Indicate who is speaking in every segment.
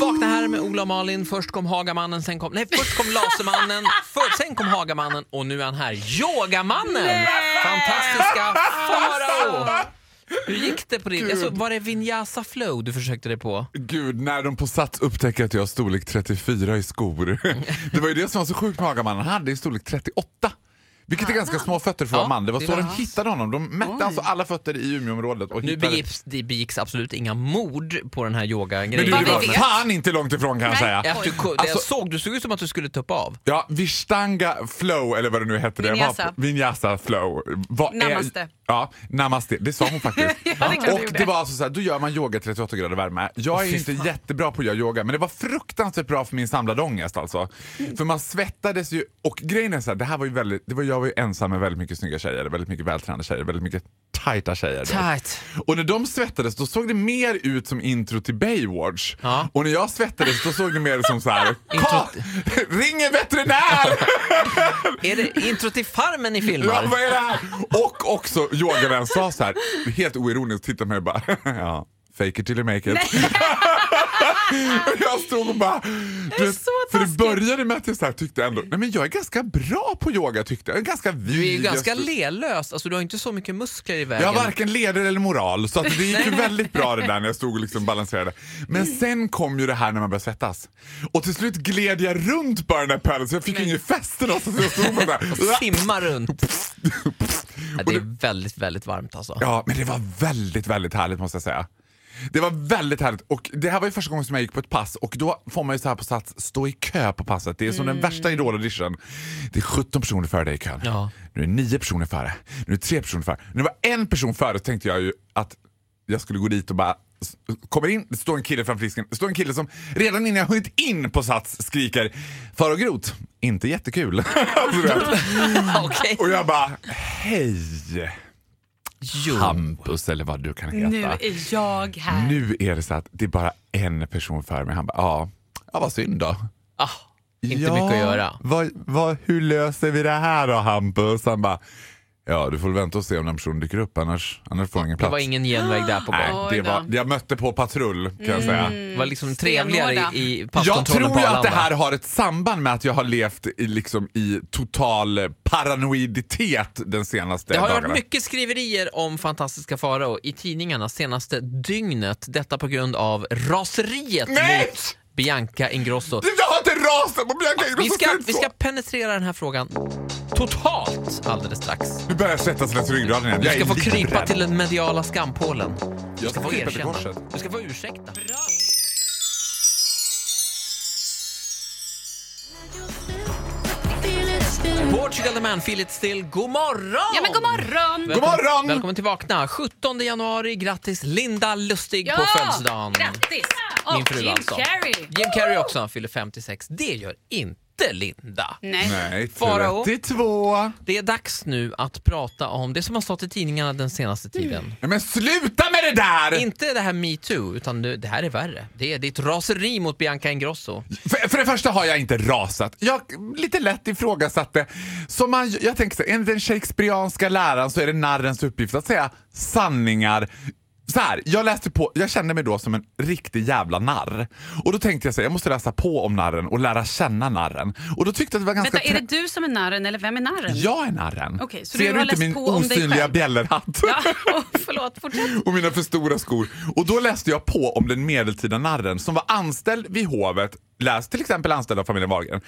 Speaker 1: Vakna här med Ola och Malin. Först kom Hagamannen, sen kom... Nej, först kom Lasermannen, för, sen kom Hagamannen och nu är han här. Yogamannen! Fantastiska Farao! Hur gick det på din... Jag såg, var det Vinyasa flow du försökte dig på?
Speaker 2: Gud, när de på Sats upptäcker att jag har storlek 34 i skor. Det var ju det som var så sjukt med Hagamannen, han hade ju storlek 38. Vilket är ganska små fötter för att vara man. Det var så de hittade honom. De mätte alltså alla fötter i Umeåområdet och
Speaker 1: Nu
Speaker 2: hittade...
Speaker 1: begicks, det begicks absolut inga mord på den här
Speaker 2: Men du,
Speaker 1: yogagrejen.
Speaker 2: det
Speaker 3: vi
Speaker 2: var
Speaker 3: vet.
Speaker 2: fan inte långt ifrån kan jag säga.
Speaker 1: Att du, ko- jag
Speaker 2: Alltså-
Speaker 1: såg, du såg ut som att du skulle tuppa av.
Speaker 2: Ja, Vishtanga flow, eller vad det nu hette. det.
Speaker 3: Vinyasa.
Speaker 2: Var- Vinyasa flow. Vad är-
Speaker 3: Namaste.
Speaker 2: ja, namaste. Det sa hon faktiskt.
Speaker 3: Ja, det är klart
Speaker 2: och
Speaker 3: du gjorde.
Speaker 2: det var alltså så här, då gör man yoga i 38 grader värme. Jag är inte jättebra på att göra yoga, men det var fruktansvärt bra för min samlade ångest alltså. För man svettades ju, och grejen är så här, det här var ju väldigt, det var, jag var ju ensam med väldigt mycket snygga tjejer, väldigt mycket vältränade tjejer, väldigt mycket tajta tjejer.
Speaker 1: Tight.
Speaker 2: Och när de svettades då såg det mer ut som intro till Baywatch.
Speaker 1: Ja.
Speaker 2: Och när jag svettades då såg det mer som så här,
Speaker 1: Intro-
Speaker 2: "Ka- ring en veterinär!
Speaker 1: Är det intro till Farmen ni
Speaker 2: ja,
Speaker 1: filmar?
Speaker 2: vad är det här? Och också yogavän sa så här, helt oironiskt, tittade på mig och bara, ja, fake it till you make it. Och jag stod och bara... Det
Speaker 3: är så
Speaker 2: för det
Speaker 3: taskigt.
Speaker 2: började med att jag så här tyckte ändå, nej men jag är ganska bra på yoga tyckte jag. jag är ganska
Speaker 1: Du är
Speaker 2: vig.
Speaker 1: ju ganska
Speaker 2: Jag-
Speaker 1: lelös, alltså, du har inte så mycket muskler i vägen.
Speaker 2: Jag har varken leder eller moral, så att det gick ju väldigt bra det där när jag stod och liksom balanserade. Men sen kom ju det här när man började svettas. Och till slut gled jag runt bara den där pölen så jag fick ingen fäste någonstans. så Jag stod bara där.
Speaker 1: Simma runt. Ja, det är väldigt, väldigt varmt alltså.
Speaker 2: Ja, men det var väldigt, väldigt härligt måste jag säga. Det var väldigt härligt och det här var ju första gången som jag gick på ett pass och då får man ju så här på sats stå i kö på passet. Det är som den värsta idol-auditionen. Det är 17 personer före dig i kön.
Speaker 1: Ja.
Speaker 2: Nu är det 9 personer före. Nu är det 3 personer före. Nu var en person före så tänkte jag ju att jag skulle gå dit och bara s- kommer in, det står en kille framför disken. Det står en kille som redan innan jag hunnit in på Sats skriker Faro Groth, inte jättekul. Alltså, du vet.
Speaker 1: Okej.
Speaker 2: och jag bara, hej!
Speaker 1: Jo.
Speaker 2: Hampus eller vad du kan heta.
Speaker 3: Nu är jag här.
Speaker 2: Nu är det så att det är bara en person för mig. Han bara, ja, ja vad synd då.
Speaker 1: Ah, inte mycket att göra.
Speaker 2: Vad, vad, hur löser vi det här då Hampus? Han bara, ja du får väl vänta och se om den personen dyker upp annars, annars får du ingen
Speaker 1: Det
Speaker 2: plats.
Speaker 1: var ingen genväg där på gång.
Speaker 2: Nej, det
Speaker 3: Oj då. Mm.
Speaker 2: var, jag mötte på patrull kan jag säga.
Speaker 1: Det var liksom trevligare i, i passkontrollen
Speaker 2: Mm. Jag
Speaker 1: på
Speaker 2: tror ju att det
Speaker 1: Arlanda.
Speaker 2: här har ett samband med att jag har levt i, liksom, i total paranoiditet den senaste
Speaker 1: Det har ju
Speaker 2: dagarna.
Speaker 1: varit mycket skriverier om fantastiska Farao i tidningarna senaste dygnet. Detta på grund av raseriet
Speaker 2: Nej!
Speaker 1: mot Bianca Ingrosso.
Speaker 2: Jag har inte rasat på Bianca
Speaker 1: Vi
Speaker 2: Ingrosso
Speaker 1: ska,
Speaker 2: säger
Speaker 1: vi
Speaker 2: så.
Speaker 1: ska penetrera den här frågan totalt alldeles strax.
Speaker 2: Nu börjar jag svettas längs ryggraden igen.
Speaker 1: Du
Speaker 2: Jag
Speaker 1: ska
Speaker 2: är
Speaker 1: få
Speaker 2: livrädd.
Speaker 1: krypa till den mediala skampålen. Du
Speaker 2: Jag
Speaker 1: ska
Speaker 2: ska
Speaker 1: få
Speaker 2: krypa till
Speaker 1: erkänna.
Speaker 2: korset.
Speaker 1: Du ska få ursäkta. Portugal the man, feel it still. God morgon!
Speaker 3: Ja men god morgon!
Speaker 1: Välkommen-
Speaker 2: God morgon!
Speaker 1: Välkommen till Vakna. 17 januari. Grattis Linda Lustig på
Speaker 3: Ja!
Speaker 1: födelsedagen.
Speaker 3: Grattis!
Speaker 1: Min
Speaker 3: Och
Speaker 1: fru
Speaker 3: Jim
Speaker 1: alltså.
Speaker 3: Carrey.
Speaker 1: Jim Carrey också. Han fyller 56. Det gör inte Linda.
Speaker 3: Nej.
Speaker 2: Nej,
Speaker 1: Farao.
Speaker 2: 32.
Speaker 1: Det är dags nu att prata om det som har stått i tidningarna den senaste tiden.
Speaker 2: Nej, men sluta med det där!
Speaker 1: Inte det här metoo, utan det det här är värre. Det är ditt raseri mot Bianca Ingrosso.
Speaker 2: För, för det första har jag inte rasat. Jag lite lätt ifrågasatte. Som man, jag tänker så här, enligt den shakespearianska läran så är det narrens uppgift att säga sanningar. Så här, jag läste på, jag kände mig då som en riktig jävla narr. Och då tänkte jag så här, jag måste läsa på om narren och lära känna narren. Och då tyckte jag att det var ganska...
Speaker 3: Vänta, är
Speaker 2: trä-
Speaker 3: det du som är narren eller vem är narren?
Speaker 2: Jag är narren.
Speaker 3: Okej,
Speaker 2: Ser
Speaker 3: så du har
Speaker 2: inte
Speaker 3: läst
Speaker 2: min
Speaker 3: på om dig
Speaker 2: osynliga
Speaker 3: själv?
Speaker 2: bjällerhatt?
Speaker 3: Ja, oh, förlåt, fortsätt.
Speaker 2: och mina för stora skor. Och då läste jag på om den medeltida narren som var anställd vid hovet, läs till exempel anställd av familjen Wahlgren.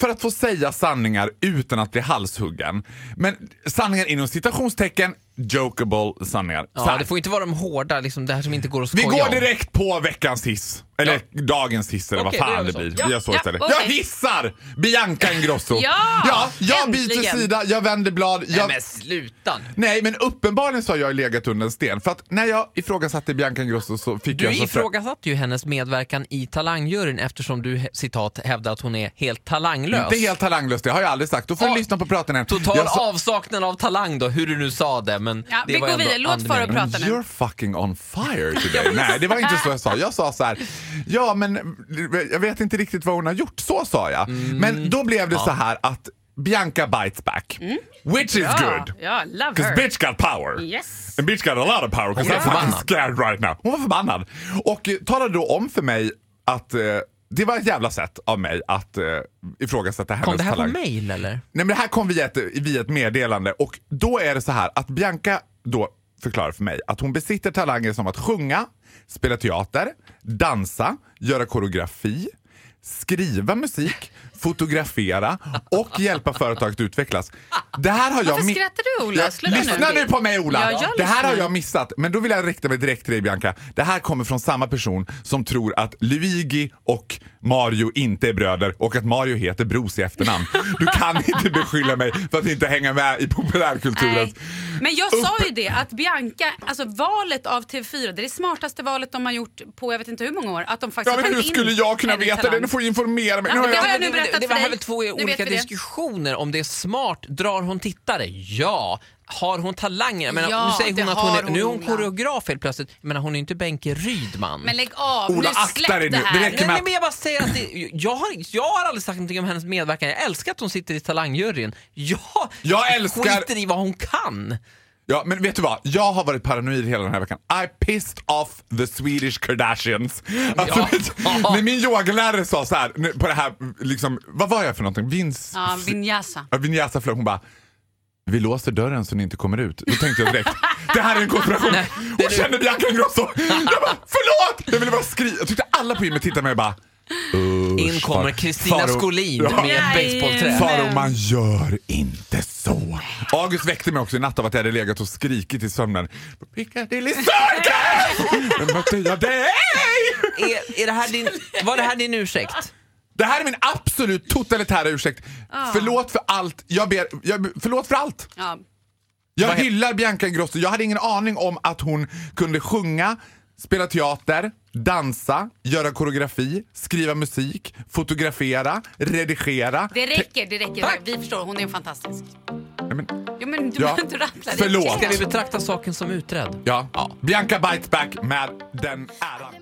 Speaker 2: För att få säga sanningar utan att bli halshuggen. Men sanningar inom citationstecken jokable sanningar. Så
Speaker 1: Ja,
Speaker 2: här.
Speaker 1: det får inte vara de hårda, liksom det här som inte går att
Speaker 2: Vi
Speaker 1: skoja
Speaker 2: går
Speaker 1: om.
Speaker 2: direkt på veckans hiss. Eller dagens hiss eller
Speaker 1: Okej,
Speaker 2: vad
Speaker 1: då gör
Speaker 2: fan
Speaker 1: vi
Speaker 2: det
Speaker 1: så.
Speaker 2: blir.
Speaker 3: Ja,
Speaker 2: Vi gör så
Speaker 3: ja,
Speaker 2: istället.
Speaker 3: okej.
Speaker 2: Jag hissar Bianca Ingrosso.
Speaker 3: Ja,
Speaker 2: ja jag byter
Speaker 3: äntligen.
Speaker 2: sida, jag vänder blad.
Speaker 1: Nej
Speaker 2: Jag...
Speaker 1: men sluta nu.
Speaker 2: Nej men uppenbarligen så har jag legat under en sten. För att när jag ifrågasatte Bianca Ingrosso så fick
Speaker 1: Du
Speaker 2: jag... så
Speaker 1: ifrågasatte ju hennes medverkan i Talangjuryn eftersom du he- citat hävdar att hon är helt talanglös.
Speaker 2: Inte helt talanglös, det har jag aldrig sagt. Då får du
Speaker 1: Ja.
Speaker 2: lyssna på praten här.
Speaker 1: Total
Speaker 2: jag sa-
Speaker 1: avsaknad av talang då, hur du nu sa det. Men
Speaker 3: Ja,
Speaker 1: det
Speaker 3: vi
Speaker 1: var
Speaker 3: går
Speaker 1: ändå
Speaker 3: vidare. Låt
Speaker 1: andemeningen.
Speaker 3: Farao prata.
Speaker 2: Men
Speaker 3: nu.
Speaker 2: You're fucking on fire today. Nej, det var inte så jag sa. Jag sa så här, ja men jag vet inte riktigt vad hon har gjort. Så sa jag.
Speaker 1: Mm.
Speaker 2: Men då blev det så här att Bianca bites back. Which is
Speaker 3: Ja,
Speaker 2: good.
Speaker 3: ja, love
Speaker 2: Cause
Speaker 3: her.
Speaker 2: bitch got power.
Speaker 3: Yes.
Speaker 2: And bitch got a lot of
Speaker 1: Hon
Speaker 2: power cause
Speaker 1: var
Speaker 2: I'm fucking
Speaker 1: förbannad.
Speaker 2: scared right now. Hon var förbannad. Och eh, talade då om för mig att eh, det var ett jävla sätt av mig att eh, ifrågasätta hennes
Speaker 1: Kom det här på
Speaker 2: talang.
Speaker 1: mail eller?
Speaker 2: Nej men det här kom via ett, via ett meddelande och då är det så här att Bianca då förklarar för mig att hon besitter talanger som att sjunga, spela teater, dansa, göra koreografi, skriva musik, fotografera och hjälpa företag att utvecklas. Det här har jag
Speaker 3: Varför
Speaker 2: mi-
Speaker 3: skrattar du, Ola?
Speaker 2: Ja,
Speaker 3: Sluta
Speaker 2: lyssna
Speaker 3: nu.
Speaker 2: nu på mig Ola!
Speaker 3: Ja, jag
Speaker 2: det här har
Speaker 3: lyssnar.
Speaker 2: jag missat. Men då vill jag rikta mig direkt till dig Bianca. Det här kommer från samma person som tror att Luigi och Mario inte är bröder och att Mario heter Bros i efternamn. Du kan inte beskylla mig för att inte hänga med i populärkulturen.
Speaker 3: Nej. Men jag sa ju det att Bianca, alltså valet av TV4, det är det smartaste valet de har gjort på jag vet inte hur många år. Att de faktiskt
Speaker 2: Ja, men
Speaker 3: har
Speaker 2: hur
Speaker 3: tagit in
Speaker 2: skulle jag kunna
Speaker 3: henne i
Speaker 2: veta det?
Speaker 3: Talang.
Speaker 2: Nu får du informera mig.
Speaker 3: Ja,
Speaker 2: Nu har
Speaker 3: men det
Speaker 2: jag...
Speaker 3: har jag nu
Speaker 1: det-
Speaker 3: berättat
Speaker 1: det, det
Speaker 3: för
Speaker 1: var
Speaker 3: dig.
Speaker 1: väl två
Speaker 3: Nu vet
Speaker 1: olika
Speaker 3: vi det.
Speaker 1: diskussioner om det är smart. Drar hon tittare? Ja. Har hon talanger? Jag menar,
Speaker 3: Ja,
Speaker 1: nu säger hon
Speaker 3: det
Speaker 1: att hon är,
Speaker 3: har hon,
Speaker 1: nu är hon
Speaker 3: Ola.
Speaker 1: koreograf helt plötsligt. Jag menar, hon är inte Benke Rydman.
Speaker 3: Men lägg av,
Speaker 2: Ola,
Speaker 3: nu
Speaker 2: akta
Speaker 3: släpp
Speaker 2: dig
Speaker 3: det
Speaker 2: nu.
Speaker 3: här.
Speaker 2: Det räcker.
Speaker 1: Nej, nej, men jag bara säger att det, jag, har, jag har aldrig sagt någonting om hennes medverkan. Jag älskar att hon sitter i talangjuryn. Jag,
Speaker 2: Jag älskar-
Speaker 1: skiter i vad hon kan.
Speaker 2: Ja, men vet du vad? Jag har varit paranoid hela den här veckan. I pissed off the Swedish Kardashians. Alltså,
Speaker 1: Ja.
Speaker 2: vet- när min yogalärare sa så här, nu- på det här, liksom, vad var jag för någonting? Vins...
Speaker 3: Ja, Vinyasa.
Speaker 2: Ja, Vinyasa flög. Hon bara, vi låser dörren så ni inte kommer ut. Då tänkte jag direkt, det här är en konspiration. Hon känner Bianca Ingrosso. Jag bara, förlåt! Jag ville bara skriva. Jag tyckte alla på gymmet tittade på mig och bara,
Speaker 1: In kommer
Speaker 2: far-
Speaker 1: Kristina
Speaker 2: Faro-
Speaker 1: Skolin
Speaker 2: Ja.
Speaker 1: med ett
Speaker 3: Nej,
Speaker 1: basebollträ.
Speaker 3: men-
Speaker 2: Faro, man gör inte så. August väckte mig också i natt av att jag hade legat och skrikit i sömnen. Piccadilly Circus! Men mötte jag dig?
Speaker 1: Är, är det här din, var det här din ursäkt?
Speaker 2: Det här är min absolut totalitära ursäkt. Förlåt för allt. Jag ber, jag, förlåt för allt.
Speaker 3: Ja.
Speaker 2: Jag
Speaker 1: Vad he-
Speaker 2: hyllar Bianca Ingrosso. Jag hade ingen aning om att hon kunde sjunga, spela teater, dansa, göra koreografi, skriva musik, fotografera, redigera.
Speaker 3: Det räcker, det räcker. Vi förstår, hon är fantastisk.
Speaker 2: Nej, men,
Speaker 3: Jo, men du,
Speaker 2: Ja.
Speaker 3: du rattlar
Speaker 2: Förlåt.
Speaker 1: Ska vi betrakta saken som utredd?
Speaker 2: ja. Bianca Bites Back med den äran.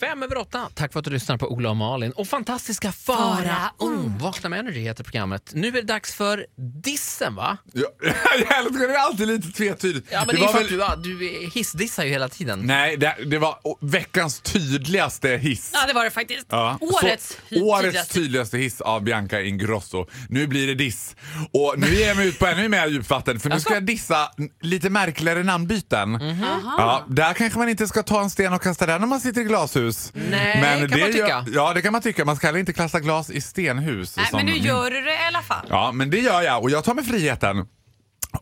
Speaker 1: Fem över åtta. Tack för att du lyssnar på Ola och Malin och fantastiska Fara mm. Vakna med Energy heter programmet. Nu är det dags för dissen va?
Speaker 2: Ja, jag älskar det, är alltid lite tvetydigt.
Speaker 1: Ja men
Speaker 2: Det
Speaker 1: det, är
Speaker 2: var
Speaker 1: för
Speaker 2: väl-
Speaker 1: att du, ja, du hissdissar ju hela tiden.
Speaker 2: Nej, det, det var å- veckans tydligaste hiss.
Speaker 3: Ja, det var det faktiskt.
Speaker 2: Ja.
Speaker 3: Årets
Speaker 2: Så, årets typ
Speaker 3: tydligaste.
Speaker 2: tydligaste hiss av Bianca Ingrosso. Nu blir det diss. Och nu ger jag mig ut på ännu mer djupvatten för nu ska jag dissa n- lite märkligare namnbyten.
Speaker 3: Mhm.
Speaker 2: Ja, där kanske man inte ska ta en sten och kasta den om man sitter i glashus.
Speaker 1: Nej, kan man tycka.
Speaker 2: ja, det kan man tycka. Man ska heller inte klassa glas i stenhus.
Speaker 3: Nej, men
Speaker 2: som-
Speaker 3: nu gör du det i alla fall.
Speaker 2: Ja, men det gör jag och jag tar mig friheten.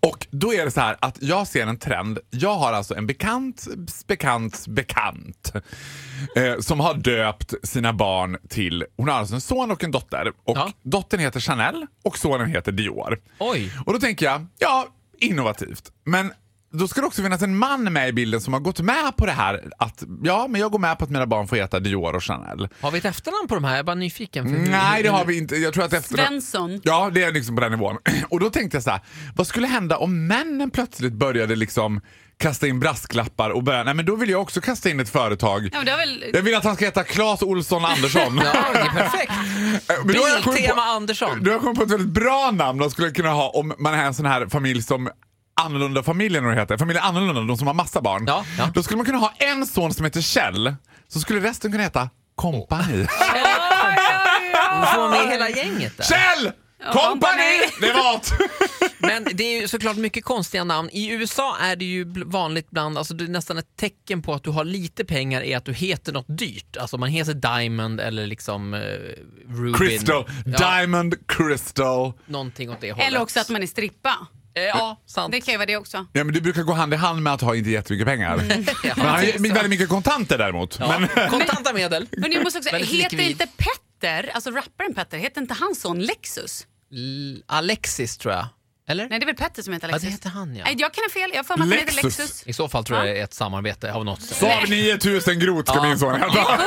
Speaker 2: Och då är det så här att jag ser en trend. Jag har alltså en bekant, bekant, bekant eh, som har döpt sina barn till... Hon har alltså en son och en dotter. Och
Speaker 1: Ja.
Speaker 2: Dottern heter Chanel och sonen heter Dior.
Speaker 1: Oj.
Speaker 2: Och då tänker jag, ja, innovativt. Men då ska det också finnas en man med i bilden som har gått med på det här att ja, men jag går med på att mina barn får heta Dior och Chanel.
Speaker 1: Har vi ett efternamn på de här? Jag är bara nyfiken. För
Speaker 2: Nej, det har vi inte. Jag tror att efter
Speaker 3: Svensson.
Speaker 2: Ja, det är liksom på den nivån. Och då tänkte jag så här, vad skulle hända om männen plötsligt började liksom kasta in brasklappar och börja, nej men då vill jag också kasta in ett företag.
Speaker 3: Ja, men det har väl...
Speaker 2: Jag vill att han ska heta Claes Olsson Andersson.
Speaker 1: Ja, det är perfekt.
Speaker 2: Eh, men då har jag kommit
Speaker 1: Biltema
Speaker 2: på-
Speaker 1: Andersson.
Speaker 2: Du har kommit på ett väldigt bra namn de skulle kunna ha om man är en sån här familj som Annorlunda familjen eller vad det heter. Familjen Annorlunda, de som har massa barn.
Speaker 1: Ja, ja.
Speaker 2: Då skulle man kunna ha en son som heter Kjell, så skulle resten kunna heta Kompani.
Speaker 1: Du får med hela gänget där.
Speaker 2: Kjell! Kompani! Det var åt.
Speaker 1: Men det är ju såklart mycket konstiga namn. I USA är det ju bl- vanligt bland, alltså det är nästan ett tecken på att du har lite pengar är att du heter något dyrt. Alltså man heter Diamond eller liksom eh, Rubin.
Speaker 2: Crystal.
Speaker 1: Ja,
Speaker 2: Diamond Crystal.
Speaker 1: Någonting åt det hållet.
Speaker 3: Eller också att man är strippa.
Speaker 1: Eh, ja, sant.
Speaker 3: Det kan ju vara det också.
Speaker 2: Ja, men du brukar gå hand i hand med att ha inte jättemycket pengar. Men han har ju väldigt mycket kontanter däremot.
Speaker 1: Ja.
Speaker 2: Men,
Speaker 1: Kontanta medel.
Speaker 3: Men jag måste också säga,
Speaker 1: Väldigt
Speaker 3: heter
Speaker 1: likvid.
Speaker 3: inte Petter, alltså rapparen Petter, heter inte hans son Lexus?
Speaker 1: L- Alexis tror jag. Eller?
Speaker 3: Nej det är väl Petter som heter
Speaker 1: ja,
Speaker 3: Lexus?
Speaker 1: det heter han ja.
Speaker 3: Nej jag kan ha fel, jag har för mig att han heter
Speaker 2: Lexus.
Speaker 3: Lexus.
Speaker 1: I så fall tror jag det är ett samarbete av något slag.
Speaker 2: Saab 9000 grot ska
Speaker 1: Ja.
Speaker 2: min son heta.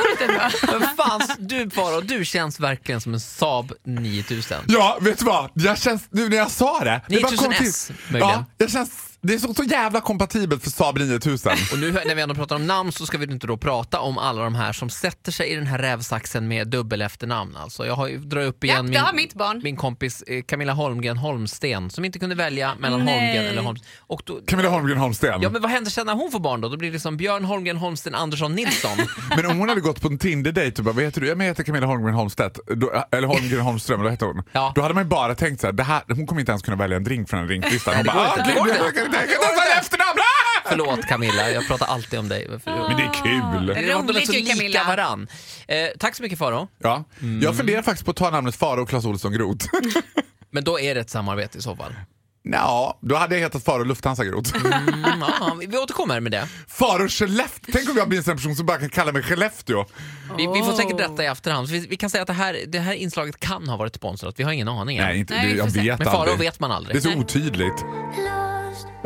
Speaker 1: Men fan, du Faro, du känns verkligen som en Saab 9000.
Speaker 2: Ja, vet du vad? Jag känns, nu när jag sa det. det bara kom
Speaker 1: 9000
Speaker 2: till.
Speaker 1: S, möjligen.
Speaker 2: Ja, jag känns, det är så, så jävla kompatibelt för Saab 9000.
Speaker 1: Och nu när vi ändå pratar om namn så ska vi inte då prata om alla de här som sätter sig i den här rävsaxen med dubbel efternamn. Alltså, jag har ju drar upp
Speaker 3: Ja,
Speaker 1: igen
Speaker 3: det
Speaker 1: min,
Speaker 3: har mitt barn.
Speaker 1: min kompis eh, Camilla Holmgren Holmsten som inte kunde välja mellan
Speaker 3: Nej.
Speaker 1: Holmgren eller Holmsten. Och då,
Speaker 2: Camilla Holmgren Holmsten.
Speaker 1: ja, men vad händer sen när hon får barn då? Då blir det liksom Björn Holmgren Holmsten Andersson Nilsson.
Speaker 2: Men om hon hade gått på en Tinder-dejt och bara, vad heter du? Ja, men Jag heter Camilla Holmgren Holmstedt. Då, eller Holmgren Holmström, då hette hon.
Speaker 1: Ja.
Speaker 2: Då hade man ju bara tänkt så här, det här, hon kommer inte ens kunna välja en drink från en drinklistan. Hon
Speaker 1: det går
Speaker 2: bara,
Speaker 1: inte.
Speaker 2: "Ah,
Speaker 1: Det går
Speaker 2: gud,
Speaker 1: inte.
Speaker 2: jag kan inte tänka mig att välja efternamn! Ah!"
Speaker 1: Förlåt Camilla, jag pratar alltid om dig.
Speaker 2: Men det är kul.
Speaker 1: De är
Speaker 3: Roligt
Speaker 1: så
Speaker 3: ju,
Speaker 1: lika
Speaker 3: Camilla.
Speaker 1: varann. Eh, tack så mycket Faro.
Speaker 2: Ja.
Speaker 1: Mm.
Speaker 2: Jag funderar faktiskt på att ta namnet Faro Clas Ohlson Groth.
Speaker 1: Men då är det ett samarbete i så fall.
Speaker 2: Ja, då hade jag hetat Faro Lufthansa Groth.
Speaker 1: Mm, ja, vi återkommer med det.
Speaker 2: Faro Skellefteå. Tänk om jag blir en sån person som bara kan kalla mig Skellefteå.
Speaker 1: Vi, vi får säkert rätta i
Speaker 3: Oh.
Speaker 1: efterhand. Vi, vi kan säga att det här, det här inslaget kan ha varit sponsrat. Vi har ingen aning än.
Speaker 2: Nej, inte,
Speaker 3: Nej,
Speaker 2: det,
Speaker 3: vi får
Speaker 2: jag
Speaker 3: se.
Speaker 2: vet
Speaker 1: Men Farao
Speaker 2: aldrig.
Speaker 1: vet man
Speaker 2: Det är
Speaker 1: aldrig.
Speaker 2: så otydligt.